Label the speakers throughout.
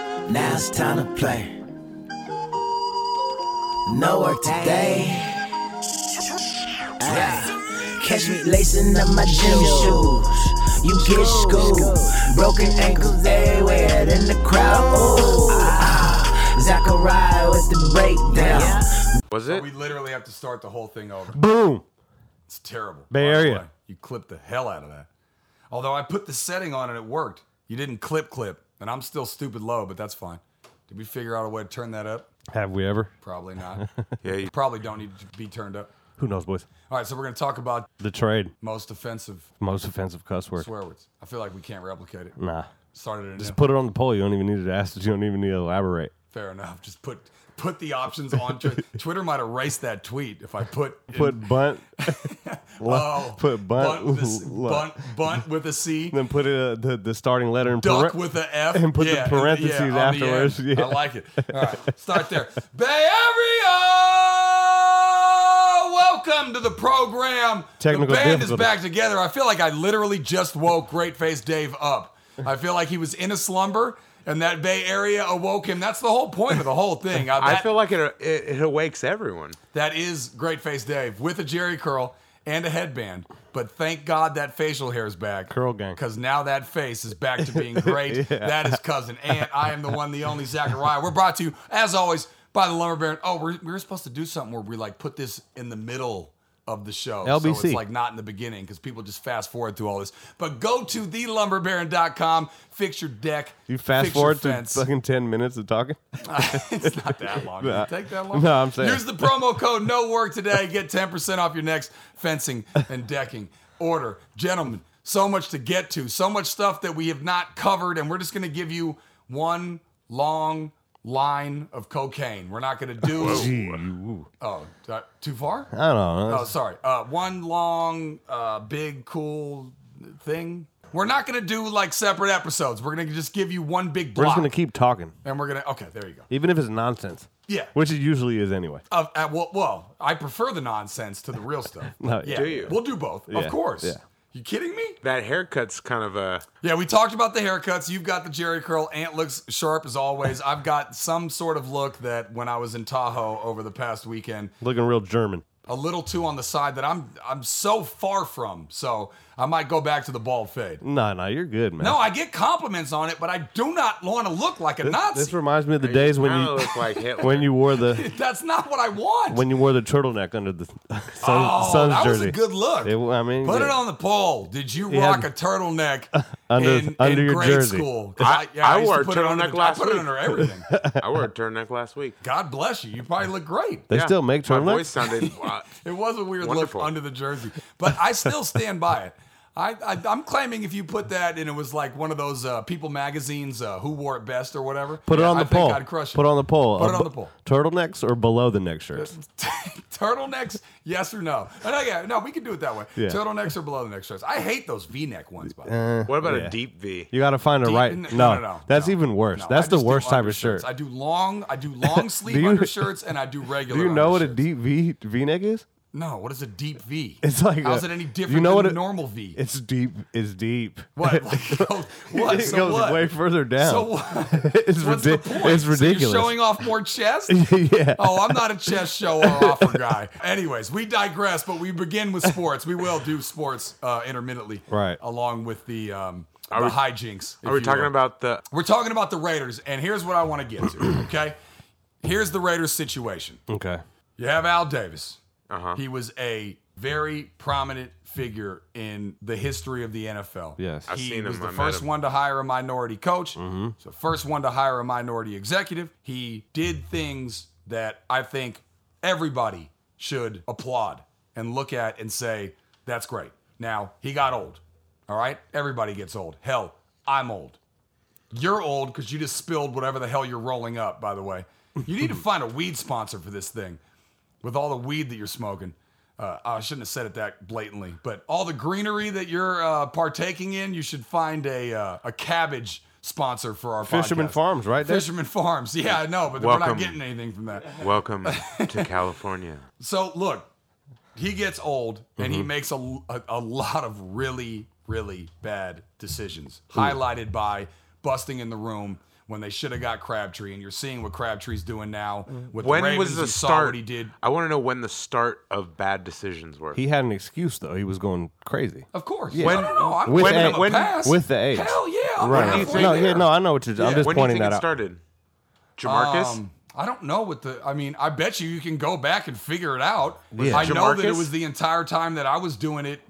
Speaker 1: it's time to play. No work today. Ah, catch me lacing up my gym shoes. You get schooled. Broken ankles everywhere in the crowd. Ooh. Ah, Zachariah with the breakdown.
Speaker 2: Was it?
Speaker 3: We literally have to start the whole thing over.
Speaker 4: Boom.
Speaker 3: It's terrible. by
Speaker 4: Bay
Speaker 3: the
Speaker 4: Area.
Speaker 3: way. You clipped the hell out of that. Although I put the setting on and it worked. You didn't clip clip, and I'm still stupid low, but that's fine. Did we figure out a way to turn that up?
Speaker 4: Have we ever?
Speaker 3: Probably not.
Speaker 2: Yeah. You,
Speaker 3: Probably don't need to be turned up.
Speaker 4: Who knows, boys?
Speaker 3: All right, so we're going to talk about
Speaker 4: The trade.
Speaker 3: most offensive
Speaker 4: Most offensive cuss word.
Speaker 3: swear words. I feel like we can't replicate it.
Speaker 4: Nah.
Speaker 3: Started it.
Speaker 4: Just
Speaker 3: in.
Speaker 4: put it on the poll. You don't even need to ask it. You don't even need to elaborate.
Speaker 3: Fair enough. Just put put the options on Twitter. Twitter might erase that tweet if I put in-
Speaker 4: Put bunt.
Speaker 3: oh,
Speaker 4: put
Speaker 3: bunt,
Speaker 4: bunt-
Speaker 3: with a, c-
Speaker 4: ooh, look.
Speaker 3: bunt bunt with a C.
Speaker 4: then put it, uh, the, the starting letter in
Speaker 3: duck
Speaker 4: paren-
Speaker 3: with the F
Speaker 4: and put the
Speaker 3: Yeah,
Speaker 4: parentheses
Speaker 3: on the
Speaker 4: afterwards.
Speaker 3: end.
Speaker 4: Yeah.
Speaker 3: I like it. All right, start there. Bay Area, welcome to the program.
Speaker 4: Technical
Speaker 3: the band is
Speaker 4: difficulty.
Speaker 3: back together. I feel like I literally just woke Great Face Dave up. I feel like he was in a slumber. And that Bay Area awoke him. That's the whole point of the whole thing. I,
Speaker 2: I
Speaker 3: that-
Speaker 2: feel like it, it it awakes everyone.
Speaker 3: that is Great Face Dave with a jerry curl and a headband. But thank God that facial hair is back.
Speaker 4: Curl gang.
Speaker 3: Because now that face is back to being great. That is cousin Ant. I am the one, the only Zachariah. We're brought to you, as always, by the Lumber Baron. Oh, we're, we were supposed to do something where we like put this in the middle of the show. So
Speaker 4: LBC.
Speaker 3: it's like not in the beginning because people just fast forward through all this. But go to thelumberbaron.com, fix your deck.
Speaker 4: You fast
Speaker 3: fix your
Speaker 4: forward to
Speaker 3: fence.
Speaker 4: fucking 10 minutes of talking.
Speaker 3: it's not that long. Does it take that long?
Speaker 4: No, I'm saying-
Speaker 3: Use the promo code No Work Today. Get 10% off your next fencing and decking order. Gentlemen, so much to get to, so much stuff that we have not covered, and we're just going to give you one long line of cocaine. We're not going to do.
Speaker 4: Gee, ooh.
Speaker 3: oh, did I- too far?
Speaker 4: I don't know.
Speaker 3: Oh, sorry. Uh, one long, uh, big, cool thing. We're not going to do like separate episodes. We're going to just give you one big
Speaker 4: We're just
Speaker 3: block.
Speaker 4: going to keep talking,
Speaker 3: and we're going to. Okay, there you go.
Speaker 4: even if it's nonsense.
Speaker 3: Yeah.
Speaker 4: Which it usually is anyway.
Speaker 3: Of, uh, well, well, I prefer the nonsense to the real stuff.
Speaker 4: No,
Speaker 3: yeah,
Speaker 2: do you?
Speaker 3: We'll do both,
Speaker 4: Yeah,
Speaker 3: of course.
Speaker 4: yeah.
Speaker 3: You kidding me?
Speaker 2: That haircut's kind of a
Speaker 3: Yeah, we talked about the haircuts. You've got the Jerry curl. Ant looks sharp as always. I've got some sort of look that when I was in Tahoe over the past weekend,
Speaker 4: Looking real German.
Speaker 3: a little too on the side that I'm I'm so far from. So I might go back to the bald fade.
Speaker 4: No, no, you're good, man.
Speaker 3: No, I get compliments on it, but I do not want to look like a Nazi.
Speaker 4: This reminds me of the days when
Speaker 2: kinda
Speaker 4: you
Speaker 2: look like Hitler.
Speaker 4: when you wore the
Speaker 3: That's not what I want.
Speaker 4: when you wore the turtleneck under the sun,
Speaker 3: oh,
Speaker 4: sun's
Speaker 3: that
Speaker 4: jersey.
Speaker 3: was a good look.
Speaker 4: It- I mean,
Speaker 3: Put
Speaker 4: yeah.
Speaker 3: it on the poll. Did you
Speaker 4: Yeah.
Speaker 3: rock a turtleneck
Speaker 4: Under-
Speaker 3: in,
Speaker 4: under
Speaker 3: in
Speaker 4: your
Speaker 3: grade
Speaker 4: jersey.
Speaker 3: school? 'Cause
Speaker 2: I- I
Speaker 3: used to
Speaker 2: wore a
Speaker 3: put it under
Speaker 2: turtleneck
Speaker 3: the-
Speaker 2: last
Speaker 3: I put it
Speaker 2: week.
Speaker 3: under everything.
Speaker 2: I wore a turtleneck last week.
Speaker 3: God bless you. You probably look great.
Speaker 4: They
Speaker 2: Yeah.
Speaker 4: still make
Speaker 2: My
Speaker 4: turtlenecks.
Speaker 2: voice sounded. uh,
Speaker 3: It was a weird
Speaker 2: Wonderful.
Speaker 3: look under the jersey, but I still stand by it. I, I, I'm claiming if you put that and it was like one of those uh, People magazines, uh, who wore it best or whatever.
Speaker 4: Put it on
Speaker 3: I
Speaker 4: the
Speaker 3: think
Speaker 4: poll.
Speaker 3: I'd crush it.
Speaker 4: Put it on the poll.
Speaker 3: Put it
Speaker 4: Uh,
Speaker 3: on
Speaker 4: bu-
Speaker 3: the poll.
Speaker 4: Turtlenecks or below the neck shirts.
Speaker 3: turtlenecks, yes or no? Oh, no, yeah, no, we can do it that way.
Speaker 4: Yeah.
Speaker 3: Turtlenecks or below the neck shirts. I hate those V-neck ones. By the way.
Speaker 2: what about
Speaker 4: Yeah.
Speaker 2: a deep V?
Speaker 4: You got to find a right.
Speaker 3: Even-
Speaker 4: no, that's
Speaker 3: no,
Speaker 4: even worse.
Speaker 3: no.
Speaker 4: that's
Speaker 3: I
Speaker 4: the
Speaker 3: just do
Speaker 4: worst type of
Speaker 3: undershirts.
Speaker 4: shirt.
Speaker 3: I do long, I do long sleeve
Speaker 4: Do you-
Speaker 3: undershirts, and I do regular.
Speaker 4: Do you know what a
Speaker 3: undershirts.
Speaker 4: deep V V neck is?
Speaker 3: No, what is a deep V?
Speaker 4: It's like
Speaker 3: how's
Speaker 4: a-
Speaker 3: it any
Speaker 4: you
Speaker 3: different
Speaker 4: know
Speaker 3: than
Speaker 4: what
Speaker 3: a
Speaker 4: it-
Speaker 3: normal V?
Speaker 4: It's deep. It's deep.
Speaker 3: what? Like, it goes- what?
Speaker 4: it
Speaker 3: so
Speaker 4: goes
Speaker 3: what?
Speaker 4: way further down.
Speaker 3: So what?
Speaker 4: it's,
Speaker 3: What's
Speaker 4: ridi-
Speaker 3: the point?
Speaker 4: it's
Speaker 3: So you're
Speaker 4: ridiculous.
Speaker 3: showing off more chest.
Speaker 4: yeah.
Speaker 3: Oh, I'm not a chess show or offer guy. Anyways, we digress, but we begin with sports. We will do sports uh, intermittently,
Speaker 4: Right.
Speaker 3: Along with the um, the
Speaker 2: we-
Speaker 3: hijinks. if
Speaker 2: Are we
Speaker 3: you
Speaker 2: talking
Speaker 3: will.
Speaker 2: about the?
Speaker 3: We're talking about the Raiders, and here's what I want to get to. Okay, here's the Raiders situation.
Speaker 4: Okay.
Speaker 3: You have Al Davis.
Speaker 2: Uh-huh.
Speaker 3: He was a very prominent figure in the history of the NFL.
Speaker 4: Yes. I've
Speaker 3: he
Speaker 2: seen
Speaker 3: was
Speaker 2: him.
Speaker 3: the
Speaker 2: I met
Speaker 3: first
Speaker 2: him.
Speaker 3: one to hire a minority coach. He's the first one to hire a minority executive. He did things that I think everybody should applaud and look at and say that's great. Now he got old. All right, everybody gets old. Hell, I'm old. You're old because you just spilled whatever the hell you're rolling up, by the way. You need to find a weed sponsor for this thing with all the weed that you're smoking. Uh, I shouldn't have said it that blatantly, but all the greenery that you're uh, partaking in, you should find a uh, a cabbage sponsor for our
Speaker 4: Fisherman
Speaker 3: podcast.
Speaker 4: Farms, right there.
Speaker 3: Fisherman Farms. Yeah, I know, but we're not
Speaker 2: Welcome.
Speaker 3: getting anything from that.
Speaker 2: Welcome to California.
Speaker 3: So look, he gets old and
Speaker 4: Mm-hmm.
Speaker 3: he makes a, a, a lot of really, really bad decisions, highlighted by busting in the room when they should have got Crabtree, and you're seeing what Crabtree's doing now with
Speaker 2: Mm. When
Speaker 3: the Ravens.
Speaker 2: was the
Speaker 3: you saw
Speaker 2: start?
Speaker 3: What he did,
Speaker 2: I want to know when the start of bad decisions were.
Speaker 4: He had an excuse though. He was going crazy.
Speaker 3: of course. no, no, no, I'm
Speaker 4: With
Speaker 3: giving
Speaker 4: a-
Speaker 3: him a
Speaker 2: when-
Speaker 3: pass.
Speaker 4: with the age.
Speaker 3: Hell yeah, I'm
Speaker 4: Right.
Speaker 2: do you
Speaker 3: halfway
Speaker 2: think-
Speaker 4: no, yeah,
Speaker 3: there.
Speaker 4: no, I know what you're. I'm just
Speaker 2: when do you
Speaker 4: pointing
Speaker 2: think
Speaker 4: that
Speaker 2: it
Speaker 4: out.
Speaker 2: started? Jamarcus.
Speaker 3: Um, I don't know what the. I mean, I bet you you can go back and figure it out. I know that it
Speaker 2: Jamarcus?
Speaker 3: was the entire time that I was doing it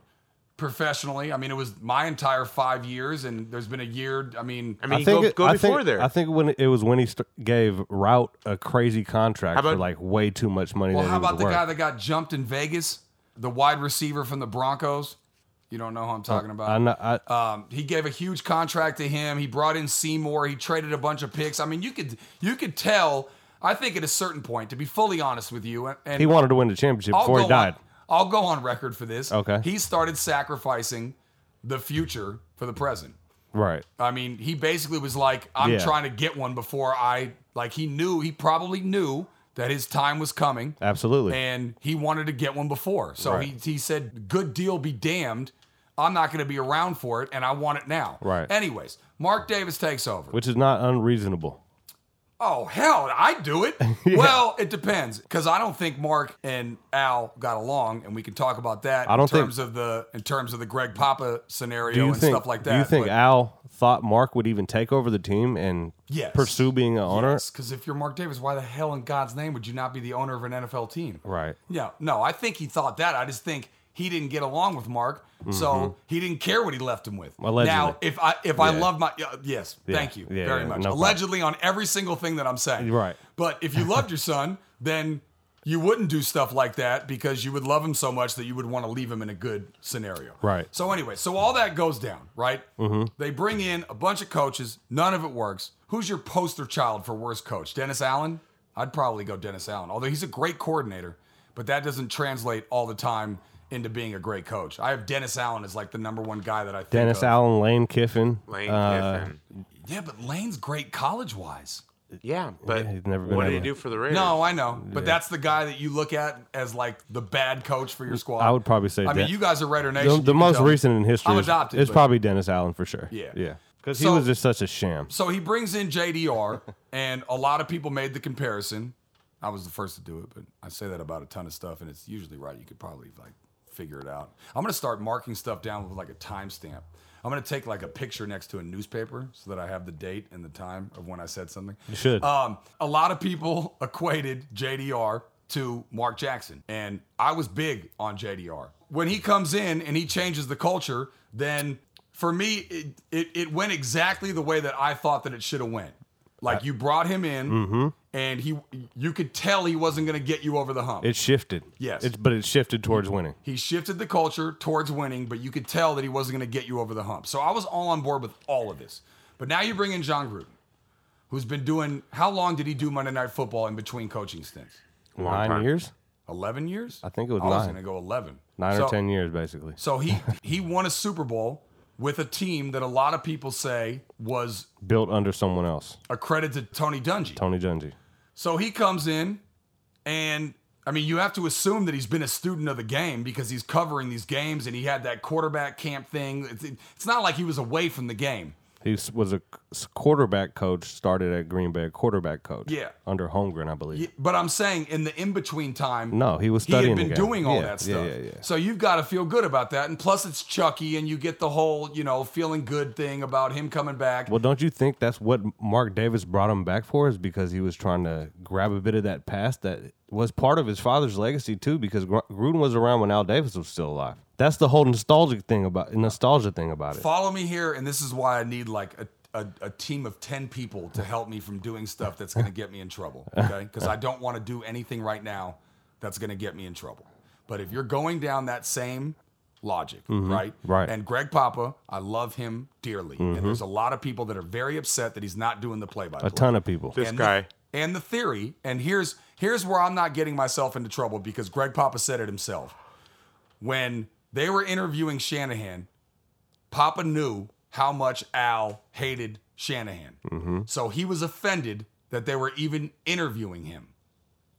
Speaker 3: professionally. I mean, it was my entire five years, and there's been a year. I mean,
Speaker 2: I mean,
Speaker 4: I think
Speaker 2: go,
Speaker 4: it-
Speaker 2: go
Speaker 4: I
Speaker 2: before
Speaker 4: think,
Speaker 2: there.
Speaker 4: I think when it was when he st- gave Route a crazy contract
Speaker 2: How about-
Speaker 4: for like way too much money.
Speaker 3: well,
Speaker 4: that
Speaker 3: how
Speaker 4: he was
Speaker 3: about the
Speaker 4: worth.
Speaker 3: guy that got jumped in Vegas, the wide receiver from the Broncos? You don't know who I'm talking about.
Speaker 4: Uh, I know. I,
Speaker 3: Um, he gave a huge contract to him. He brought in Seymour. He traded a bunch of picks. I mean, you could you could tell. I think at a certain point, to be fully honest with you, and, and
Speaker 4: he wanted to win the championship
Speaker 3: I'll
Speaker 4: before he
Speaker 3: go
Speaker 4: died.
Speaker 3: On, I'll go on record for this.
Speaker 4: Okay.
Speaker 3: He started sacrificing the future for the present.
Speaker 4: Right.
Speaker 3: I mean, he basically was like, I'm
Speaker 4: Yeah.
Speaker 3: trying to get one before I like he knew he probably knew that his time was coming
Speaker 4: Absolutely.
Speaker 3: and he wanted to get one before. So
Speaker 4: Right.
Speaker 3: he, he said, Good deal be damned. I'm not going to be around for it and I want it now.
Speaker 4: Right.
Speaker 3: Anyways, Mark Davis takes over.
Speaker 4: Which is not unreasonable.
Speaker 3: Oh hell, I do it. Well, it depends because I don't think Mark and Al got along, and we can talk about that.
Speaker 4: I don't
Speaker 3: in
Speaker 4: think-
Speaker 3: terms of the in terms of the Greg Papa
Speaker 4: Do
Speaker 3: scenario
Speaker 4: you
Speaker 3: and
Speaker 4: think?
Speaker 3: stuff like that.
Speaker 4: do you think
Speaker 3: but
Speaker 4: Al thought Mark would even take over the team and
Speaker 3: Yes.
Speaker 4: pursue being an owner?
Speaker 3: Because if you're Mark Davis, why the hell in God's name would you not be the owner of an NFL team?
Speaker 4: Right.
Speaker 3: Yeah. No, I think he thought that. I just think he didn't get along with Mark, so he didn't care what he left him with.
Speaker 4: Mm-hmm. Allegedly.
Speaker 3: Now, if I if I love my yeah, yes, thank you
Speaker 4: Yeah,
Speaker 3: very
Speaker 4: yeah,
Speaker 3: much.
Speaker 4: no problem.
Speaker 3: Allegedly on every single thing that I'm saying.
Speaker 4: Right.
Speaker 3: But if you loved your son, then you wouldn't do stuff like that because you would love him so much that you would want to leave him in a good scenario.
Speaker 4: Right.
Speaker 3: So anyway, so all that goes down, right? Mm-hmm. They bring in a bunch of coaches. None of it works. Who's your poster child for worst coach? Dennis Allen? I'd probably go Dennis Allen, although he's a great coordinator, but that doesn't translate all the time into being a great coach. I have Dennis Allen as like the number one guy that I think
Speaker 4: Dennis
Speaker 3: of.
Speaker 4: Allen, Lane Kiffin.
Speaker 2: Lane
Speaker 4: uh,
Speaker 2: Kiffin.
Speaker 3: Yeah, but Lane's great college wise.
Speaker 2: Yeah, but
Speaker 4: he's never been
Speaker 2: what did he
Speaker 4: able-
Speaker 2: do for the Raiders?
Speaker 3: No, I know, but that's the guy that you look at as like the bad coach for your squad.
Speaker 4: Mm, I would probably say
Speaker 3: I mean,
Speaker 4: Den-
Speaker 3: you guys are Raider Nation.
Speaker 4: The,
Speaker 3: you
Speaker 4: the
Speaker 3: can
Speaker 4: most
Speaker 3: tell me.
Speaker 4: recent in history
Speaker 3: I'm
Speaker 4: is,
Speaker 3: adopted,
Speaker 4: is
Speaker 3: but-
Speaker 4: probably Dennis Allen for sure.
Speaker 3: Yeah.
Speaker 4: Yeah. Because he
Speaker 3: So-
Speaker 4: was just such a sham.
Speaker 3: So he brings in JDR, and a lot of people made the comparison. I was the first to do it, but I say that about a ton of stuff, and it's usually right. You could probably like figure it out. I'm gonna start marking stuff down with like a timestamp. I'm gonna take like a picture next to a newspaper so that I have the date and the time of when I said something.
Speaker 4: You should.
Speaker 3: Um, a lot of people equated JDR to Mark Jackson, and I was big on JDR. When he comes in and he changes the culture, then for me, it, it, it went exactly the way that I thought that it should have went. Like you brought him in, and he you could tell he wasn't going to get you over the hump.
Speaker 4: it shifted.
Speaker 3: Yes.
Speaker 4: It's, but it shifted towards winning.
Speaker 3: He shifted the culture towards winning, but you could tell that he wasn't going to get you over the hump. So I was all on board with all of this. But now you bring in John Gruden, who's been doing how long did he do Monday Night Football in between coaching stints?
Speaker 2: Long
Speaker 4: Nine
Speaker 2: time.
Speaker 4: years?
Speaker 3: 11 years? I
Speaker 4: think it was
Speaker 3: I was
Speaker 4: nine.
Speaker 3: going to go 11.
Speaker 4: Nine
Speaker 3: So-
Speaker 4: or 10 years, basically.
Speaker 3: So he he won a Super Bowl with a team that a lot of people say was
Speaker 4: Built under someone else,
Speaker 3: a credit to Tony Dungy.
Speaker 4: Tony Dungy.
Speaker 3: So he comes in, and I mean, you have to assume that he's been a student of the game because he's covering these games and he had that quarterback camp thing. It's, it's not like he was away from the game.
Speaker 4: He s- was a c- quarterback coach, started at Green Bay, a quarterback coach.
Speaker 3: Yeah.
Speaker 4: Under Holmgren, I believe.
Speaker 3: But I'm saying in the in between time,
Speaker 4: No, he was
Speaker 3: he had
Speaker 4: studying the
Speaker 3: been
Speaker 4: game.
Speaker 3: doing all
Speaker 4: Yeah,
Speaker 3: that
Speaker 4: yeah,
Speaker 3: stuff.
Speaker 4: yeah, yeah.
Speaker 3: So you've got to feel good about that. And plus, it's Chucky, and you get the whole, you know, feeling good thing about him coming back.
Speaker 4: Well, don't you think that's what Mark Davis brought him back for? Is because he was trying to grab a bit of that past that was part of his father's legacy too. Because Gr- Gruden was around when Al Davis was still alive. That's the whole nostalgic thing about nostalgia thing about it.
Speaker 3: Follow me here, and this is why I need like a, a, a team of 10 people to help me from doing stuff that's going to get me in trouble. Okay. Because I don't want to do anything right now that's going to get me in trouble. But if you're going down that same logic, right?
Speaker 4: Mm-hmm. Right. Mm-hmm.
Speaker 3: And Greg Papa, I love him dearly. And there's a lot of people that are very upset that he's not doing the play by play
Speaker 4: A ton of people.
Speaker 2: This
Speaker 3: and
Speaker 2: guy.
Speaker 3: The, and the theory, and here's here's where I'm not getting myself into trouble because Greg Papa said it himself. When they were interviewing Shanahan, Papa knew how much Al hated Shanahan.
Speaker 2: Mm-hmm.
Speaker 3: So he was offended that they were even interviewing him.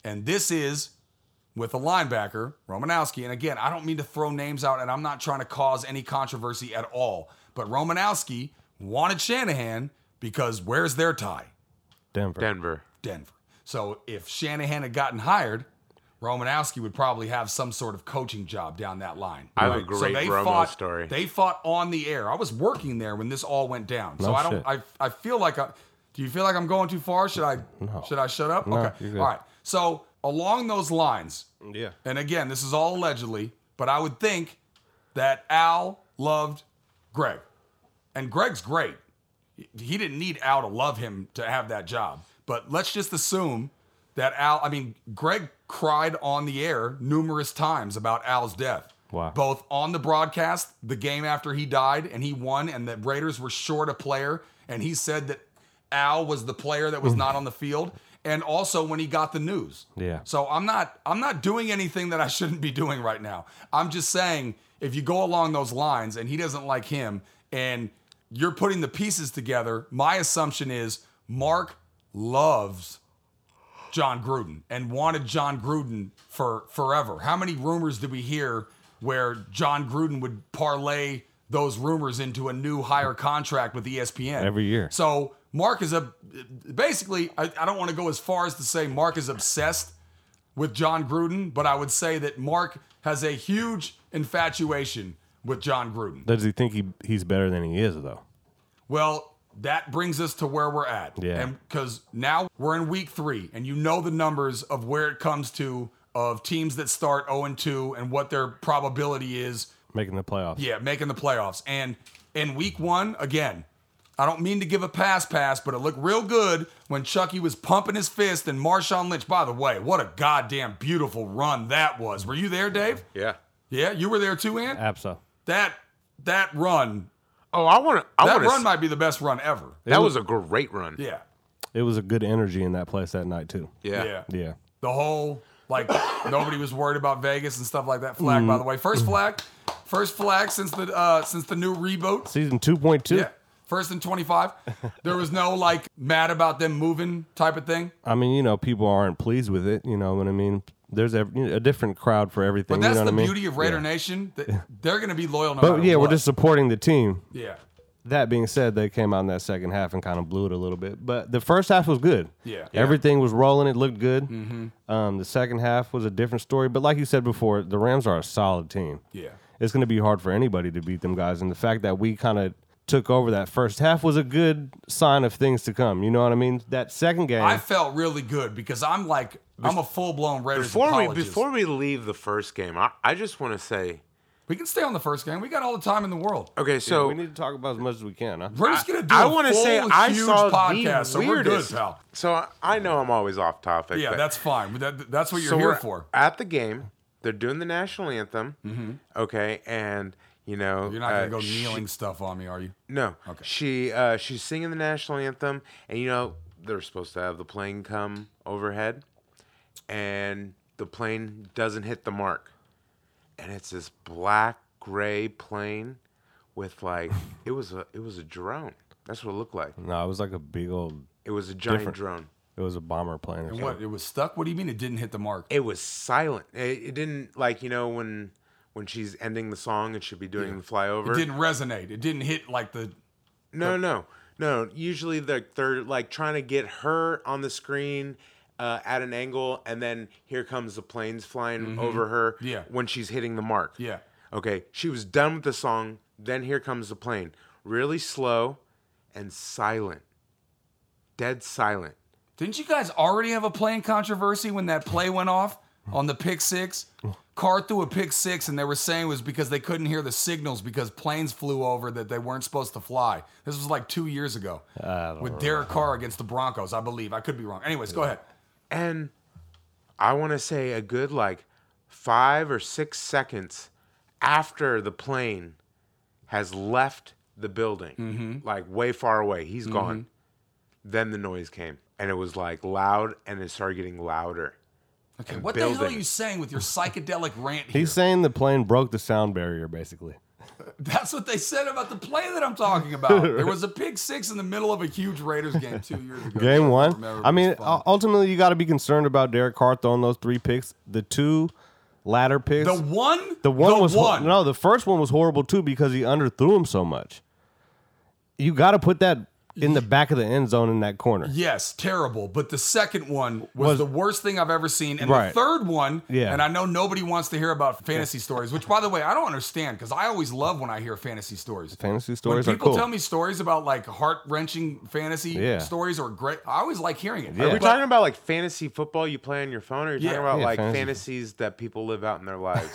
Speaker 3: And this is with a linebacker, Romanowski. And again, I don't mean to throw names out and I'm not trying to cause any controversy at all, but Romanowski wanted Shanahan because where's their tie?
Speaker 4: Denver.
Speaker 2: Denver.
Speaker 3: Denver. So if Shanahan had gotten hired, Romanowski would probably have some sort of coaching job down that line.
Speaker 2: I have a great Romo
Speaker 3: fought,
Speaker 2: story.
Speaker 3: They fought on the air. I was working there when this all went down. So
Speaker 4: No
Speaker 3: I don't.
Speaker 4: shit.
Speaker 3: I I feel like I. Do you feel like I'm going too far? Should I? Should I shut up? okay.
Speaker 4: you're good.
Speaker 3: All right. So along those lines,
Speaker 4: Yeah.
Speaker 3: and again, this is all allegedly, but I would think that Al loved Greg. And Greg's great. He- He didn't need Al to love him to have that job. But let's just assume that Al, I mean, Greg cried on the air numerous times about Al's death.
Speaker 4: Wow.
Speaker 3: Both on the broadcast, the game after he died and he won, and the Raiders were short a player. And he said that Al was the player that was not on the field. And also when he got the news.
Speaker 4: Yeah.
Speaker 3: So I'm not I'm not doing anything that I shouldn't be doing right now. I'm just saying if you go along those lines and he doesn't like him and you're putting the pieces together, my assumption is Mark loves John Gruden and wanted John Gruden for forever. How many rumors did we hear where John Gruden would parlay those rumors into a new higher contract with E ESPN
Speaker 4: Every year.
Speaker 3: So Mark is a basically. I, I don't want to go as far as to say Mark is obsessed with John Gruden, but I would say that Mark has a huge infatuation with John Gruden.
Speaker 4: Does he think he he's better than he is though?
Speaker 3: Well, that brings us to where we're at.
Speaker 4: Yeah.
Speaker 3: And because now we're in week three, and you know the numbers of where it comes to of teams that start 0 and 2 and what their probability is.
Speaker 4: Making the playoffs.
Speaker 3: Yeah, making the playoffs. And in week one, again, I don't mean to give a pass pass, but it looked real good when Chucky was pumping his fist and Marshawn Lynch. By the way, what a goddamn beautiful run that was. Were you there, Dave?
Speaker 2: Yeah.
Speaker 3: Yeah, you were there too, Ant?
Speaker 4: Abso.
Speaker 3: That that run,
Speaker 2: Oh, I want to. I
Speaker 3: that
Speaker 2: want
Speaker 3: run
Speaker 2: to.
Speaker 3: might be the best run ever.
Speaker 2: That was a great run.
Speaker 3: Yeah.
Speaker 4: It was a good energy in that place that night too.
Speaker 2: Yeah.
Speaker 3: Yeah.
Speaker 4: Yeah.
Speaker 3: The whole like nobody was worried about Vegas and stuff like that. Flag,
Speaker 2: Mm.
Speaker 3: by the way, first flag, first flag since the uh since the new reboot.
Speaker 4: Season two point two.
Speaker 3: Yeah, first and twenty five. There was no like mad about them moving type of thing.
Speaker 4: I mean, you know, people aren't pleased with it. You know what I mean? There's a, you know, a different crowd for everything.
Speaker 3: But that's
Speaker 4: you
Speaker 3: the
Speaker 4: know what I mean?
Speaker 3: beauty of Raider Nation. That they're gonna be loyal no
Speaker 4: But
Speaker 3: matter
Speaker 4: yeah, we're
Speaker 3: what.
Speaker 4: just supporting the team.
Speaker 3: yeah.
Speaker 4: That being said, they came out in that second half and kind of blew it a little bit. But the first half was good.
Speaker 3: Yeah. Mm-hmm. Yeah.
Speaker 4: Everything was rolling. It looked good. Um, the second half was a different story. But like you said before, the Rams are a solid team.
Speaker 3: Yeah.
Speaker 4: It's going to be hard for anybody to beat them guys. And the fact that we kind of took over that first half was a good sign of things to come. You know what I mean? That second game.
Speaker 3: I felt really good because I'm like I'm a full blown Raiders
Speaker 2: Before we
Speaker 3: apologist.
Speaker 2: before we leave the first game, I, I just want to say
Speaker 3: we can stay on the first game. We got all the time in the world.
Speaker 2: okay. So
Speaker 4: we need to talk about as much as we can. Huh?
Speaker 3: We're just gonna do
Speaker 2: I
Speaker 3: a
Speaker 2: want to
Speaker 3: full,
Speaker 2: say I
Speaker 3: huge
Speaker 2: saw
Speaker 3: podcast,
Speaker 2: the
Speaker 3: so we're good,
Speaker 2: weirdest.
Speaker 3: pal.
Speaker 2: So I- I know I'm always off topic.
Speaker 3: Yeah,
Speaker 2: but-
Speaker 3: that's fine. That, that's what you're
Speaker 2: so
Speaker 3: here
Speaker 2: we're
Speaker 3: for. Mm-hmm.
Speaker 2: At the game, they're doing the national anthem. Okay, and you know
Speaker 3: You're not gonna
Speaker 2: uh,
Speaker 3: go
Speaker 2: she-
Speaker 3: kneeling stuff on me, are you?
Speaker 2: No. Okay. She uh, she's singing the national anthem, and you know they're supposed to have the plane come overhead, and the plane doesn't hit the mark, and it's this black gray plane with like it was a it was a drone. That's what it looked like.
Speaker 4: No, it was like a big old.
Speaker 2: It was a giant
Speaker 4: Different.
Speaker 2: drone.
Speaker 4: It was a bomber plane. Or something.
Speaker 3: What? It was stuck. What do you mean it didn't hit the mark?
Speaker 2: It was silent. It, it didn't like you know when when she's ending the song and she'll be doing the flyover.
Speaker 3: It didn't resonate. It didn't hit like the.
Speaker 2: No, no, no. Usually they're they're like trying to get her on the screen uh, at an angle, and then here comes the planes flying over her.
Speaker 3: Mm-hmm. Yeah.
Speaker 2: When she's hitting the mark.
Speaker 3: Yeah.
Speaker 2: Okay. She was done with the song. Then here comes the plane, really slow and silent, dead silent.
Speaker 3: Didn't you guys already have a playing controversy when that play went off on the pick six? Carr threw a pick six, and they were saying it was because they couldn't hear the signals because planes flew over that they weren't supposed to fly. This was like two years ago with Derek Carr against the Broncos, I believe. I could be wrong. Anyways, go ahead.
Speaker 2: And I want to say a good like five or six seconds after the plane has left the building,
Speaker 3: Mm-hmm.
Speaker 2: like way far away, he's gone. Then the noise came, and it was like loud, and it started getting louder.
Speaker 3: Okay, what the hell are
Speaker 2: building.
Speaker 3: you saying with your psychedelic rant here?
Speaker 4: He's saying the plane broke the sound barrier, basically.
Speaker 3: That's what they said about the play that I'm talking about. There was a pick six in the middle of a huge Raiders game two years ago.
Speaker 4: Game one.
Speaker 3: remember,
Speaker 4: I
Speaker 3: it
Speaker 4: mean, uh,
Speaker 3: was fun.
Speaker 4: u- ultimately, you got to be concerned about Derek Carr throwing those three picks. The two latter picks.
Speaker 3: the one,
Speaker 4: The one was hor-
Speaker 3: one.
Speaker 4: no. The first one was horrible too because he underthrew him so much. You got to put that in the back of the end zone in that corner.
Speaker 3: Yes, terrible. But the second one was, the worst thing I've ever seen. And the
Speaker 4: Right.
Speaker 3: third one,
Speaker 4: Yeah.
Speaker 3: and I know nobody wants to hear about fantasy stories, which by the way, I don't understand because I always love when I hear fantasy stories.
Speaker 4: Fantasy
Speaker 3: When
Speaker 4: stories are
Speaker 3: people
Speaker 4: cool.
Speaker 3: tell me stories about like heart wrenching fantasy
Speaker 4: Yeah.
Speaker 3: stories or great, I always like hearing it.
Speaker 2: Are we
Speaker 3: But-
Speaker 2: talking about like fantasy football you play on your phone, or are you
Speaker 3: Yeah.
Speaker 2: talking about
Speaker 4: Yeah,
Speaker 2: like
Speaker 4: fantasy.
Speaker 2: fantasies that people live out in their lives?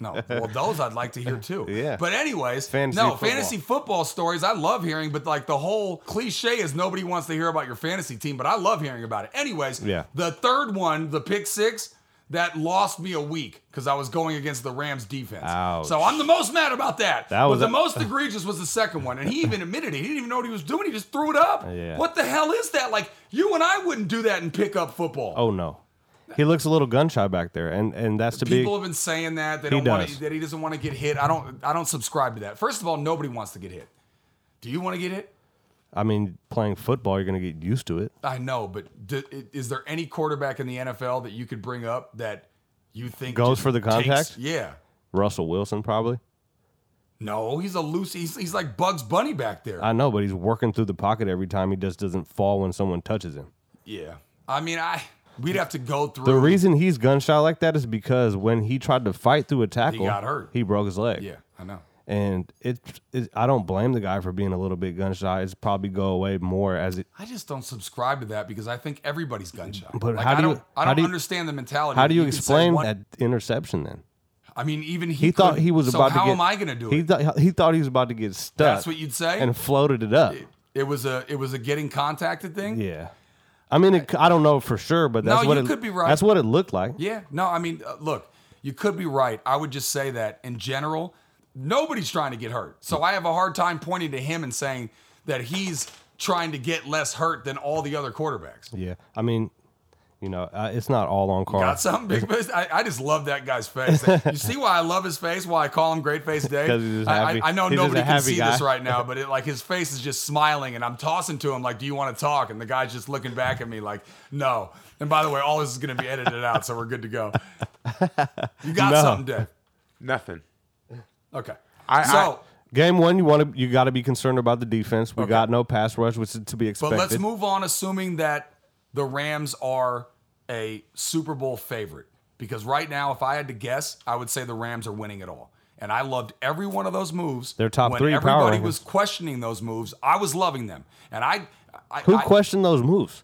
Speaker 3: No, well, those I'd like to hear too.
Speaker 4: Yeah.
Speaker 3: But anyways,
Speaker 4: Fantasy
Speaker 3: no
Speaker 4: football.
Speaker 3: fantasy football stories. I love hearing, but like the whole cliche is nobody wants to hear about your fantasy team, but I love hearing about it. Anyways,
Speaker 4: Yeah.
Speaker 3: The third one, the pick six, that lost me a week because I was going against the Rams defense.
Speaker 4: Ouch.
Speaker 3: So I'm the most mad about that.
Speaker 4: That
Speaker 3: but
Speaker 4: was
Speaker 3: the
Speaker 4: a-
Speaker 3: most egregious was the second one, and he even admitted it. He didn't even know what he was doing. He just threw it up.
Speaker 4: Yeah.
Speaker 3: What the hell is that? Like you and I wouldn't do that in pickup football.
Speaker 4: Oh no, he looks a little gun shy back there, and and that's to be
Speaker 3: People have been saying that they
Speaker 4: He
Speaker 3: don't want
Speaker 4: does.
Speaker 3: to, that he doesn't want to get hit. I don't I don't subscribe to that. First of all, nobody wants to get hit. Do you want to get hit?
Speaker 4: I mean, playing football, you're gonna get used to it.
Speaker 3: I know, but d- i- is there any quarterback in the NFL that you could bring up that you think
Speaker 4: Goes
Speaker 3: just
Speaker 4: for the
Speaker 3: takes-
Speaker 4: contact?
Speaker 3: yeah.
Speaker 4: Russell Wilson probably.
Speaker 3: No, he's a loose. He's, he's like Bugs Bunny back there.
Speaker 4: I know, but he's working through the pocket every time. He just doesn't fall when someone touches him.
Speaker 3: yeah. I mean, I we'd have to go through.
Speaker 4: The reason he's gun shy like that is because when he tried to fight through a tackle,
Speaker 3: got hurt.
Speaker 4: He broke his leg.
Speaker 3: yeah, I know.
Speaker 4: and it, it. I don't blame the guy for being a little bit gun shy. It's probably go away more as it.
Speaker 3: I just don't subscribe to that because I think everybody's gunshot.
Speaker 4: But
Speaker 3: Like,
Speaker 4: how
Speaker 3: I
Speaker 4: do you-
Speaker 3: don't, I
Speaker 4: how
Speaker 3: don't
Speaker 4: do you-
Speaker 3: understand the mentality.
Speaker 4: How do you
Speaker 3: can say
Speaker 4: explain
Speaker 3: one-
Speaker 4: that interception then?
Speaker 3: I mean, even he,
Speaker 4: He thought
Speaker 3: couldn't.
Speaker 4: he was
Speaker 3: so
Speaker 4: about to
Speaker 3: How
Speaker 4: get.
Speaker 3: am I going to do it?
Speaker 4: He thought he thought he was about to get stuck.
Speaker 3: That's what you'd say?
Speaker 4: And floated it up.
Speaker 3: it was a it was a getting contacted thing.
Speaker 4: Yeah. I mean, it, I don't know for sure, but that's
Speaker 3: No,
Speaker 4: what
Speaker 3: you
Speaker 4: it
Speaker 3: could be right.
Speaker 4: That's what it looked like.
Speaker 3: Yeah. No, I mean, uh, look, you could be right. I would just say that in general, nobody's trying to get hurt. So I have a hard time pointing to him and saying that he's trying to get less hurt than all the other quarterbacks.
Speaker 4: Yeah. I mean, you know, uh, it's not all on Carl.
Speaker 3: Got something big, but I, I just love that guy's face. You see why I love his face? Why I call him Great Face Dave?
Speaker 4: 'Cause he's just
Speaker 3: I-
Speaker 4: happy.
Speaker 3: I, I know
Speaker 4: He's just a
Speaker 3: nobody can
Speaker 4: happy
Speaker 3: see
Speaker 4: guy.
Speaker 3: this right now, but it, like his face is just smiling, and I'm tossing to him like, "Do you want to talk?" And the guy's just looking back at me like, "No." And by the way, all this is going to be edited out, so we're good to go. You got
Speaker 4: No.
Speaker 3: something, Dave?
Speaker 2: Nothing.
Speaker 3: Okay.
Speaker 2: I-
Speaker 3: so,
Speaker 2: I-
Speaker 4: Game one, you want to you got to be concerned about the defense. We got no pass rush, which is to be
Speaker 3: but
Speaker 4: expected.
Speaker 3: let's move on, assuming that the Rams are a Super Bowl favorite. Because right now, if I had to guess, I would say the Rams are winning it all. And I loved every one of those moves.
Speaker 4: They're top
Speaker 3: when
Speaker 4: three power
Speaker 3: Everybody
Speaker 4: rankings.
Speaker 3: was questioning those moves. I was loving them, and I, I,
Speaker 4: Who
Speaker 3: I-
Speaker 4: questioned those moves?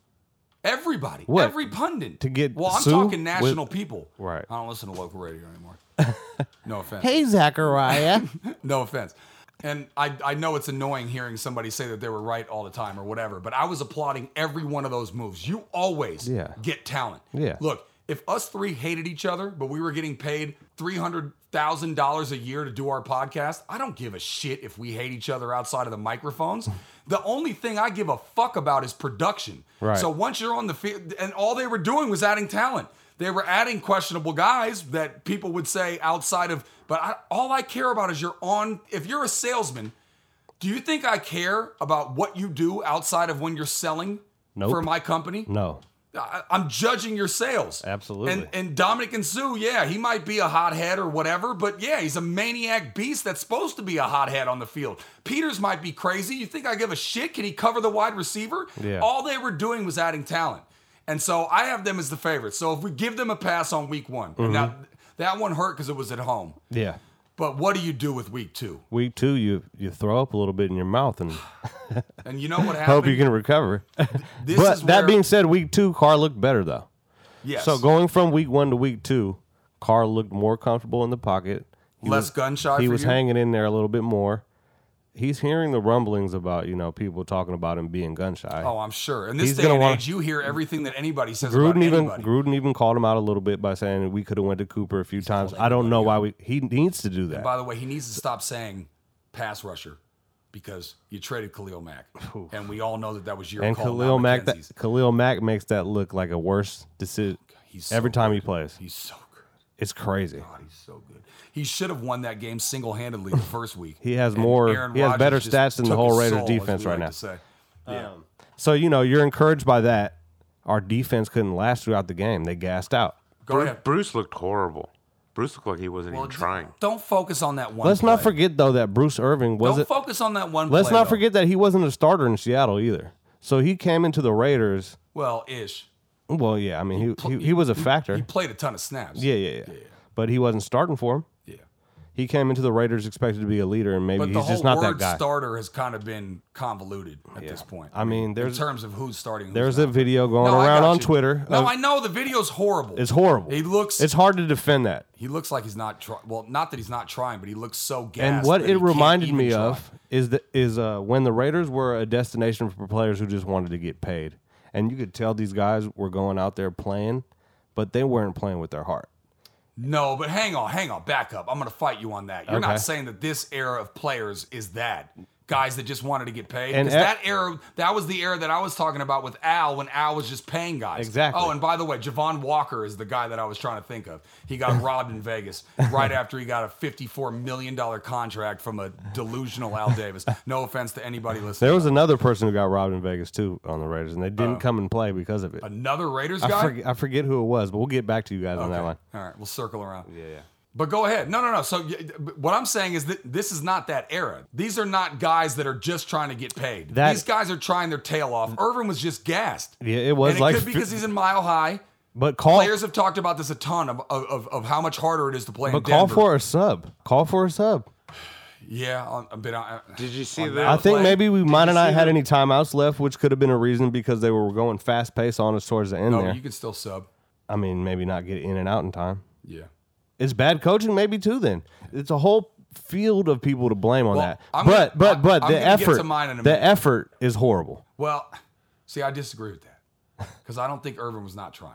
Speaker 3: everybody,
Speaker 4: What?
Speaker 3: every pundit
Speaker 4: To get
Speaker 3: Well, I'm
Speaker 4: Sue
Speaker 3: talking national people.
Speaker 4: Right.
Speaker 3: I don't listen to local radio anymore. no offense.
Speaker 4: Hey, Zachariah.
Speaker 3: No offense. And I, I know it's annoying hearing somebody say that they were right all the time or whatever, but I was applauding every one of those moves. You always
Speaker 4: Yeah.
Speaker 3: get talent.
Speaker 4: Yeah.
Speaker 3: Look, if us three hated each other, but we were getting paid $300,000 a year to do our podcast, I don't give a shit if we hate each other outside of the microphones. the only thing I give a fuck about is production.
Speaker 4: Right.
Speaker 3: So once you're on the field, and all they were doing was adding talent. They were adding questionable guys that people would say outside of. But I, all I care about is you're on. If you're a salesman, do you think I care about what you do outside of when you're selling
Speaker 4: Nope.
Speaker 3: for my company?
Speaker 4: no,
Speaker 3: I, I'm judging your sales.
Speaker 4: Absolutely.
Speaker 3: And, and Dominic and Sue, yeah, he might be a hothead or whatever, but yeah, he's a maniac beast that's supposed to be a hothead on the field. Peters might be crazy. You think I give a shit? Can he cover the wide receiver?
Speaker 4: Yeah.
Speaker 3: All they were doing was adding talent. And so I have them as the favorite. So if we give them a pass on week one,
Speaker 4: Mm-hmm.
Speaker 3: now that one hurt because it was at home.
Speaker 4: yeah.
Speaker 3: But what do you do with week two?
Speaker 4: Week two, you you throw up a little bit in your mouth and
Speaker 3: And you know what happened?
Speaker 4: hope you can recover.
Speaker 3: This
Speaker 4: but
Speaker 3: is
Speaker 4: that
Speaker 3: where-
Speaker 4: being said, week two, Carr looked better though.
Speaker 3: yes,
Speaker 4: So going from week one to week two, Carr looked more comfortable in the pocket. He
Speaker 3: less
Speaker 4: was-
Speaker 3: gun shy.
Speaker 4: He
Speaker 3: for
Speaker 4: was
Speaker 3: you?
Speaker 4: hanging in there a little bit more. He's hearing the rumblings about you know people talking about him being gun shy.
Speaker 3: Oh, I'm sure. In this
Speaker 4: He's
Speaker 3: day
Speaker 4: gonna
Speaker 3: and
Speaker 4: wanna-
Speaker 3: age, you hear everything that anybody says about
Speaker 4: Gruden even
Speaker 3: anybody.
Speaker 4: Gruden even called him out a little bit by saying we could have went to Cooper a few times. I don't know why we he needs to do that.
Speaker 3: By the way, he needs to stop saying pass rusher because you traded Khalil Mack, and we all know that that was your
Speaker 4: And
Speaker 3: call. not
Speaker 4: Khalil Mack that,
Speaker 3: McKenzie's.
Speaker 4: Khalil Mack makes that look like a worse decision
Speaker 3: He's so
Speaker 4: every time he plays.
Speaker 3: he's so good.
Speaker 4: It's crazy.
Speaker 3: He's so good. He should have won that game single handedly the first week.
Speaker 4: He has
Speaker 3: And
Speaker 4: more-
Speaker 3: Aaron
Speaker 4: he has
Speaker 3: Rodgers
Speaker 4: better
Speaker 3: just
Speaker 4: stats than the
Speaker 3: took
Speaker 4: whole
Speaker 3: his
Speaker 4: Raiders
Speaker 3: soul, as we
Speaker 4: defense
Speaker 3: like
Speaker 4: right
Speaker 3: to
Speaker 4: now.
Speaker 3: say. Yeah.
Speaker 4: So you know you're encouraged by that. Our defense couldn't last throughout the game. They gassed out.
Speaker 3: Go ahead.
Speaker 2: Bruce looked horrible. Bruce looked like he wasn't even
Speaker 3: just
Speaker 2: trying.
Speaker 3: Don't focus on that one.
Speaker 4: Let's not
Speaker 3: play.
Speaker 4: forget though that Bruce Irving was
Speaker 3: Don't
Speaker 4: not
Speaker 3: focus on that one.
Speaker 4: Let's
Speaker 3: play,
Speaker 4: not
Speaker 3: though.
Speaker 4: forget that he wasn't a starter in Seattle either. So he came into the Raiders.
Speaker 3: Well, ish.
Speaker 4: Well, yeah, I mean he he, he was a factor.
Speaker 3: He played a ton of snaps.
Speaker 4: yeah, yeah, yeah, But he wasn't starting for him.
Speaker 3: Yeah.
Speaker 4: He came into the Raiders expected to be a leader, and maybe
Speaker 3: But the
Speaker 4: he's
Speaker 3: whole
Speaker 4: just not that
Speaker 3: word
Speaker 4: guy.
Speaker 3: starter has kind of been convoluted at this point.
Speaker 4: I mean, there's
Speaker 3: in terms of who's starting. Who's
Speaker 4: there's
Speaker 3: not.
Speaker 4: a video going
Speaker 3: No, I
Speaker 4: around
Speaker 3: got
Speaker 4: on
Speaker 3: you.
Speaker 4: Twitter.
Speaker 3: No,
Speaker 4: of-
Speaker 3: I know the video's horrible.
Speaker 4: it's horrible.
Speaker 3: He looks-
Speaker 4: It's hard to defend that.
Speaker 3: he looks like he's not try- well, not that he's not trying, but he looks so gassed.
Speaker 4: And what
Speaker 3: that he
Speaker 4: it
Speaker 3: can't
Speaker 4: reminded
Speaker 3: even
Speaker 4: me
Speaker 3: try.
Speaker 4: of is the, is uh, when the Raiders were a destination for players who just wanted to get paid, and you could tell these guys were going out there playing, but they weren't playing with their heart.
Speaker 3: No, but hang on, hang on, back up. I'm gonna fight you on that. You're
Speaker 4: Okay.
Speaker 3: not saying that this era of players is that guys that just wanted to get paid.
Speaker 4: And
Speaker 3: Because
Speaker 4: e-
Speaker 3: that era, that was the era that I was talking about with Al when Al was just paying guys.
Speaker 4: Exactly.
Speaker 3: Oh, and by the way, Javon Walker is the guy that I was trying to think of. He got robbed in Vegas right after he got a fifty-four million dollar contract from a delusional Al Davis. No offense to anybody listening.
Speaker 4: There was another person who got robbed in Vegas too on the Raiders, and they didn't come and play because of it.
Speaker 3: Uh, another Raiders
Speaker 4: I
Speaker 3: guy.
Speaker 4: forget, I forget who it was, but we'll get back to you guys on that one.
Speaker 3: All right, we'll circle around. Yeah, yeah. But go ahead. No, no, no. So y- but what I'm saying is that this is not that era. These are not guys that are just trying to get paid.
Speaker 4: That-
Speaker 3: These guys are trying their tail off. Irvin was just gassed.
Speaker 4: Yeah, it was
Speaker 3: and it
Speaker 4: like Oh.
Speaker 3: could be because he's in Mile High.
Speaker 4: But call
Speaker 3: Players have talked about this a ton of of, of, of how much harder it is to play.
Speaker 4: but
Speaker 3: in
Speaker 4: call
Speaker 3: Denver.
Speaker 4: for a sub. Call for a sub.
Speaker 3: Yeah, I'm- I've been. I,
Speaker 2: Did you see
Speaker 3: on
Speaker 2: the-
Speaker 3: that
Speaker 4: I think
Speaker 3: play-
Speaker 4: maybe we might have
Speaker 2: you
Speaker 4: not
Speaker 2: see
Speaker 4: had
Speaker 2: the-
Speaker 4: any timeouts left, which could have been a reason because they were going fast pace on us towards the end
Speaker 3: No,
Speaker 4: there.
Speaker 3: you can still sub.
Speaker 4: I mean, maybe not get in and out in time.
Speaker 3: Yeah.
Speaker 4: It's bad coaching, maybe too. Then it's a whole field of people to blame on
Speaker 3: Well,
Speaker 4: that.
Speaker 3: I'm
Speaker 4: but
Speaker 3: gonna- I-
Speaker 4: but but
Speaker 3: I'm
Speaker 4: the
Speaker 3: gonna get to
Speaker 4: effort,
Speaker 3: mine in a
Speaker 4: the
Speaker 3: minute.
Speaker 4: effort is horrible.
Speaker 3: Well, see, I disagree with that because I don't think Irvin was not trying.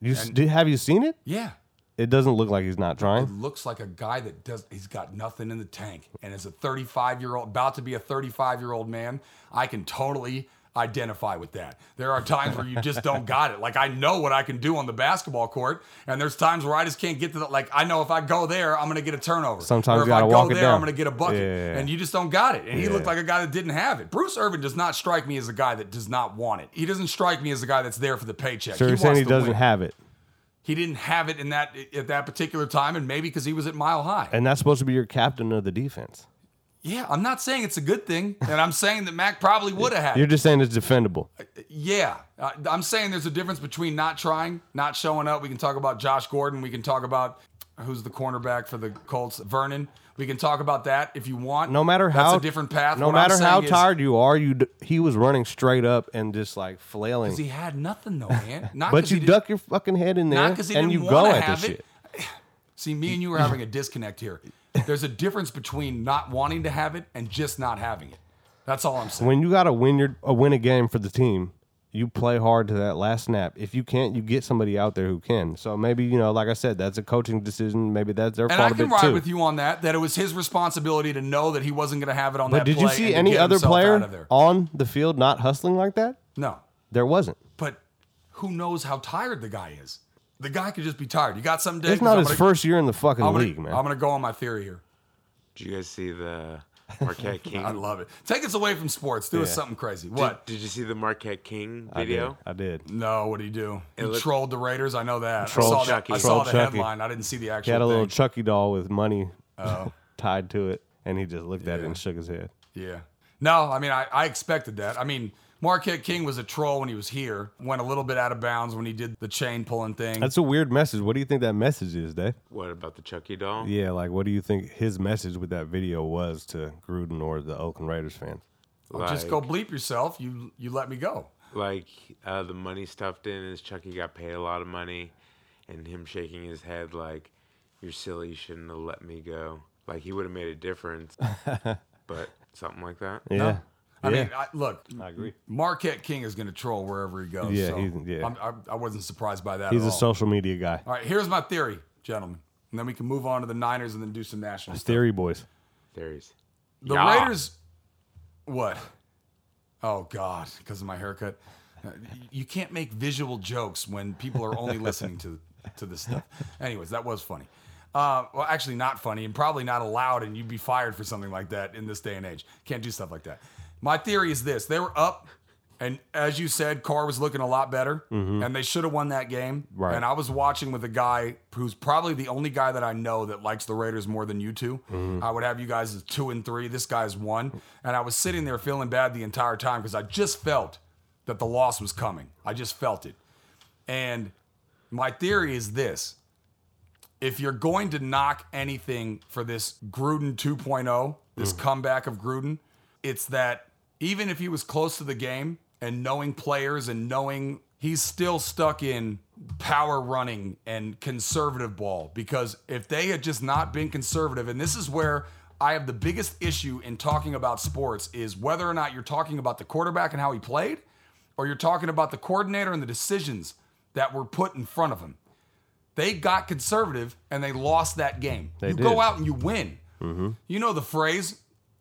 Speaker 4: You s did, have you seen it?
Speaker 3: Yeah.
Speaker 4: It doesn't look like he's not trying.
Speaker 3: looks like a guy that does he's got nothing in the tank and is a 35 year old about to be a 35 year old man i can totally identify with that there are times where you just don't got it like i know what i can do on the basketball court and there's times where i just can't get to the like i know if i go there i'm gonna get a turnover
Speaker 4: Sometimes
Speaker 3: or
Speaker 4: you
Speaker 3: if
Speaker 4: gotta
Speaker 3: i go
Speaker 4: walk it
Speaker 3: there
Speaker 4: down.
Speaker 3: i'm gonna get a bucket
Speaker 4: Yeah.
Speaker 3: and you just don't got it and he looked like a guy that didn't have it bruce irvin does not strike me as a guy that does not want it he doesn't strike me as a guy that's there for the paycheck
Speaker 4: So you're saying
Speaker 3: wants
Speaker 4: he
Speaker 3: to
Speaker 4: doesn't
Speaker 3: win.
Speaker 4: have it,
Speaker 3: he didn't have it in that at that particular time and maybe because he was at mile high
Speaker 4: and that's supposed to be your captain of the defense.
Speaker 3: Yeah, I'm not saying it's a good thing, and I'm saying that Mac probably would have had.
Speaker 4: You're
Speaker 3: it.
Speaker 4: just saying it's defendable.
Speaker 3: yeah, I, I'm saying there's a difference between not trying, not showing up. We can talk about Josh Gordon. We can talk about who's the cornerback for the Colts, Vernon. We can talk about that if you want.
Speaker 4: No matter
Speaker 3: That's
Speaker 4: how
Speaker 3: a different path.
Speaker 4: No
Speaker 3: What I'm
Speaker 4: matter how
Speaker 3: saying is-
Speaker 4: tired you are, you d- he was running straight up and just like flailing.
Speaker 3: he had nothing though, man. Not
Speaker 4: but
Speaker 3: 'cause
Speaker 4: you
Speaker 3: he did-
Speaker 4: duck your fucking head in there
Speaker 3: Not because he
Speaker 4: and
Speaker 3: didn't
Speaker 4: you go
Speaker 3: want to
Speaker 4: at
Speaker 3: have
Speaker 4: this
Speaker 3: it.
Speaker 4: shit.
Speaker 3: See, me and you are having a disconnect here. There's a difference between not wanting to have it and just not having it. That's all I'm saying.
Speaker 4: When you got to win your uh, win a game for the team, you play hard to that last snap. If you can't, you get somebody out there who can. So maybe you know, like I said, that's a coaching decision. Maybe that's their
Speaker 3: And I
Speaker 4: fault a
Speaker 3: can
Speaker 4: bit
Speaker 3: ride
Speaker 4: too.
Speaker 3: with you on that. That it was his responsibility to know that he wasn't going to have it on
Speaker 4: but
Speaker 3: that.
Speaker 4: did you
Speaker 3: play and
Speaker 4: see
Speaker 3: to
Speaker 4: any
Speaker 3: get
Speaker 4: other
Speaker 3: himself out
Speaker 4: player
Speaker 3: of there.
Speaker 4: on the field not hustling like that?
Speaker 3: No,
Speaker 4: There wasn't.
Speaker 3: but who knows how tired the guy is? The guy could just be tired. You got something to.
Speaker 4: It's not his first year in the fucking
Speaker 3: I'm gonna,
Speaker 4: league, man.
Speaker 3: I'm going to go on my theory here.
Speaker 2: Did you guys see the Marquette King?
Speaker 3: I love it. Take us away from sports. Do us something crazy. What?
Speaker 2: Did, did you see the Marquette King
Speaker 4: I did.
Speaker 2: video?
Speaker 4: I did.
Speaker 3: no, what did he do? He
Speaker 2: looked-
Speaker 3: trolled the Raiders. I know that.
Speaker 4: Trolled
Speaker 3: I saw, that.
Speaker 2: Chucky.
Speaker 3: I saw
Speaker 4: Trolled
Speaker 3: the
Speaker 4: Chucky.
Speaker 3: headline. I didn't see the actual.
Speaker 4: He had a little
Speaker 3: thing.
Speaker 4: Chucky doll with money Oh. tied to it, and he just looked at it and shook his head.
Speaker 3: Yeah. No, I mean, I, I expected that. I mean, Marquette King was a troll when he was here. Went a little bit out of bounds when he did the chain pulling thing.
Speaker 4: That's a weird message. What do you think that message is, Dave?
Speaker 2: What about the Chucky doll?
Speaker 4: Yeah, like what do you think his message with that video was to Gruden or the Oakland Raiders fans?
Speaker 2: Like,
Speaker 3: Just go bleep yourself. You you let me go.
Speaker 2: Like uh, the money stuffed in is Chucky got paid a lot of money, and him shaking his head like, "You're silly. You shouldn't have let me go." Like he would have made a difference, but something like that.
Speaker 4: Yeah,
Speaker 3: I
Speaker 4: yeah,
Speaker 3: mean, I, look,
Speaker 4: I agree.
Speaker 3: Marquette King is going to troll wherever he goes.
Speaker 4: Yeah,
Speaker 3: so
Speaker 4: he's- yeah.
Speaker 3: I'm, I, I wasn't surprised by that.
Speaker 4: He's
Speaker 3: at
Speaker 4: a
Speaker 3: all.
Speaker 4: social media guy.
Speaker 3: all right, here's my theory, gentlemen, and then we can move on to the Niners and then do some national. stuff.
Speaker 4: Theory boys.
Speaker 2: Theories.
Speaker 3: The
Speaker 2: Yeah.
Speaker 3: Raiders. What? Oh God, because of my haircut. Uh, You can't make visual jokes when people are only listening to to this stuff. Anyways, that was funny. Uh, well, actually, not funny, and probably not allowed. And you'd be fired for something like that in this day and age. Can't do stuff like that. My theory is this: they were up And as you said, Carr was looking a lot better, and they should have won that game.
Speaker 4: Right.
Speaker 3: And I was watching with a guy who's probably the only guy that I know that likes the Raiders more than you 2 I would have you guys as two and three. This guy's one. And I was sitting there feeling bad the entire time because I just felt that the loss was coming. I just felt it. And my theory is this if you're going to knock anything for this Gruden 2.0, this comeback of Gruden, it's that even if he was close to the game and knowing players and knowing he's still stuck in power running and conservative ball because if they had just not been conservative and this is where I have the biggest issue in talking about sports is whether or not you're talking about the quarterback and how he played or you're talking about the coordinator and the decisions that were put in front of him they got conservative and they lost that game. you
Speaker 4: did.
Speaker 3: go out and you win. You know the phrase,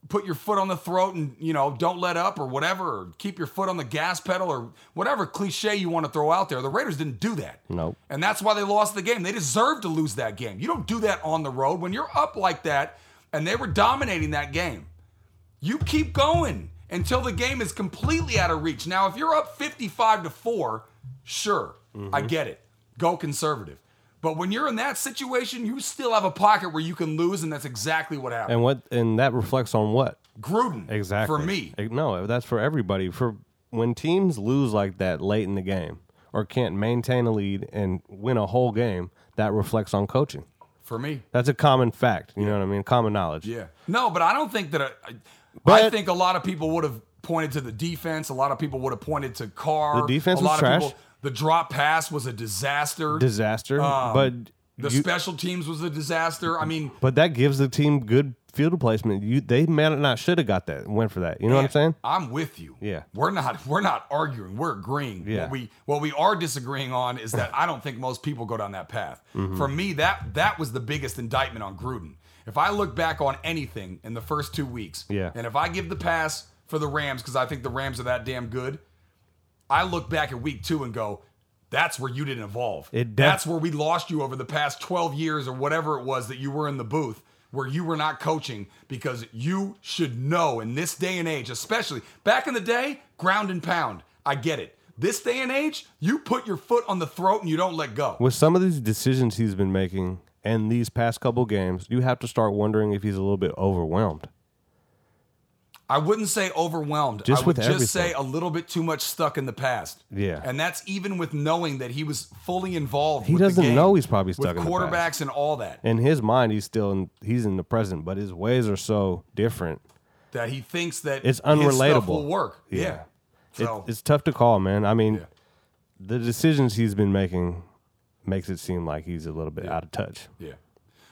Speaker 3: put your foot on the throat and you know don't let up or whatever, or keep your foot on the gas pedal or whatever cliche you want to throw out there. The Raiders didn't do that.
Speaker 4: Nope.
Speaker 3: And that's why they lost the game. They deserved to lose that game. You don't do that on the road when you're up like that and they were dominating that game. You keep going until the game is completely out of reach. Now, if you're up 55 to 4, sure, I get it. Go conservative. But when you're in that situation, you still have a pocket where you can lose, and that's exactly what happened.
Speaker 4: And what and that reflects on what?
Speaker 3: Gruden,
Speaker 4: Exactly.
Speaker 3: for me,
Speaker 4: Eh, No, that's for everybody. For when teams lose like that late in the game or can't maintain a lead and win a whole game, that reflects on coaching.
Speaker 3: for me,
Speaker 4: That's a common fact. You know what I mean? Common knowledge.
Speaker 3: yeah. No, but I don't think that. I, I, I
Speaker 4: But-
Speaker 3: think a lot of people would have pointed to the defense. A lot of people would have pointed to Carr.
Speaker 4: The defense
Speaker 3: a
Speaker 4: was
Speaker 3: lot
Speaker 4: trash.
Speaker 3: Of people, the drop pass was a disaster.
Speaker 4: Disaster.
Speaker 3: Um, the
Speaker 4: but you,
Speaker 3: special teams was a disaster. I mean,
Speaker 4: but that gives the team good field placement. You they may not should have got that went for that. You know what I'm saying?
Speaker 3: I'm with you.
Speaker 4: Yeah.
Speaker 3: We're not we're not arguing. We're agreeing.
Speaker 4: Yeah.
Speaker 3: What we what we are disagreeing on is that I don't think most people go down that path.
Speaker 4: Mm-hmm.
Speaker 3: For me, that that was the biggest indictment on Gruden. If I look back on anything in the first two weeks,
Speaker 4: Yeah.
Speaker 3: and if I give the pass for the Rams, because I think the Rams are that damn good, I look back at week two and go, that's where you didn't evolve.
Speaker 4: It def-
Speaker 3: that's where we lost you over the past 12 years or whatever it was that you were in the booth where you were not coaching because you should know in this day and age, especially back in the day, ground and pound. I get it. This day and age, you put your foot on the throat and you don't let go.
Speaker 4: With some of these decisions he's been making and these past couple games, you have to start wondering if he's a little bit overwhelmed.
Speaker 3: I wouldn't say overwhelmed.
Speaker 4: Just
Speaker 3: I would
Speaker 4: with
Speaker 3: just say
Speaker 4: everything.
Speaker 3: a little bit too much stuck in the past.
Speaker 4: Yeah.
Speaker 3: and that's even with knowing that he was fully involved.
Speaker 4: He
Speaker 3: with the
Speaker 4: doesn't
Speaker 3: game,
Speaker 4: know he's probably
Speaker 3: with
Speaker 4: stuck in the
Speaker 3: quarterbacks
Speaker 4: past.
Speaker 3: and all that.
Speaker 4: In his mind, he's still in, he's in the present, but his ways are so different.
Speaker 3: That he thinks that
Speaker 4: It's
Speaker 3: his stuff
Speaker 4: unrelatable.
Speaker 3: will work. Yeah,
Speaker 4: Yeah. It-
Speaker 3: so
Speaker 4: it's tough to call, man. I mean,
Speaker 3: Yeah.
Speaker 4: the decisions he's been making makes it seem like he's a little bit out of touch.
Speaker 3: yeah.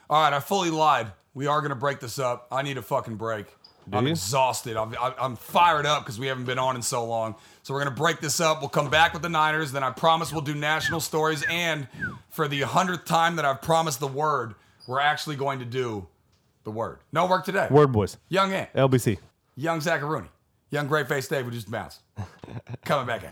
Speaker 3: All right, I fully lied. We are gonna break this up. I need a fucking break. I'm
Speaker 4: you?
Speaker 3: exhausted. I'm, I- I'm fired up because we haven't been on in so long. So we're gonna break this up. We'll come back with the Niners. Then I promise we'll do national stories. And for the hundredth time that I've promised the word, we're actually going to do the word. No work today.
Speaker 4: Word boys,
Speaker 3: Young Ant,
Speaker 4: LBC.
Speaker 3: Young Zacharuni, Young Great Face Dave, who just bounced. Coming back at you.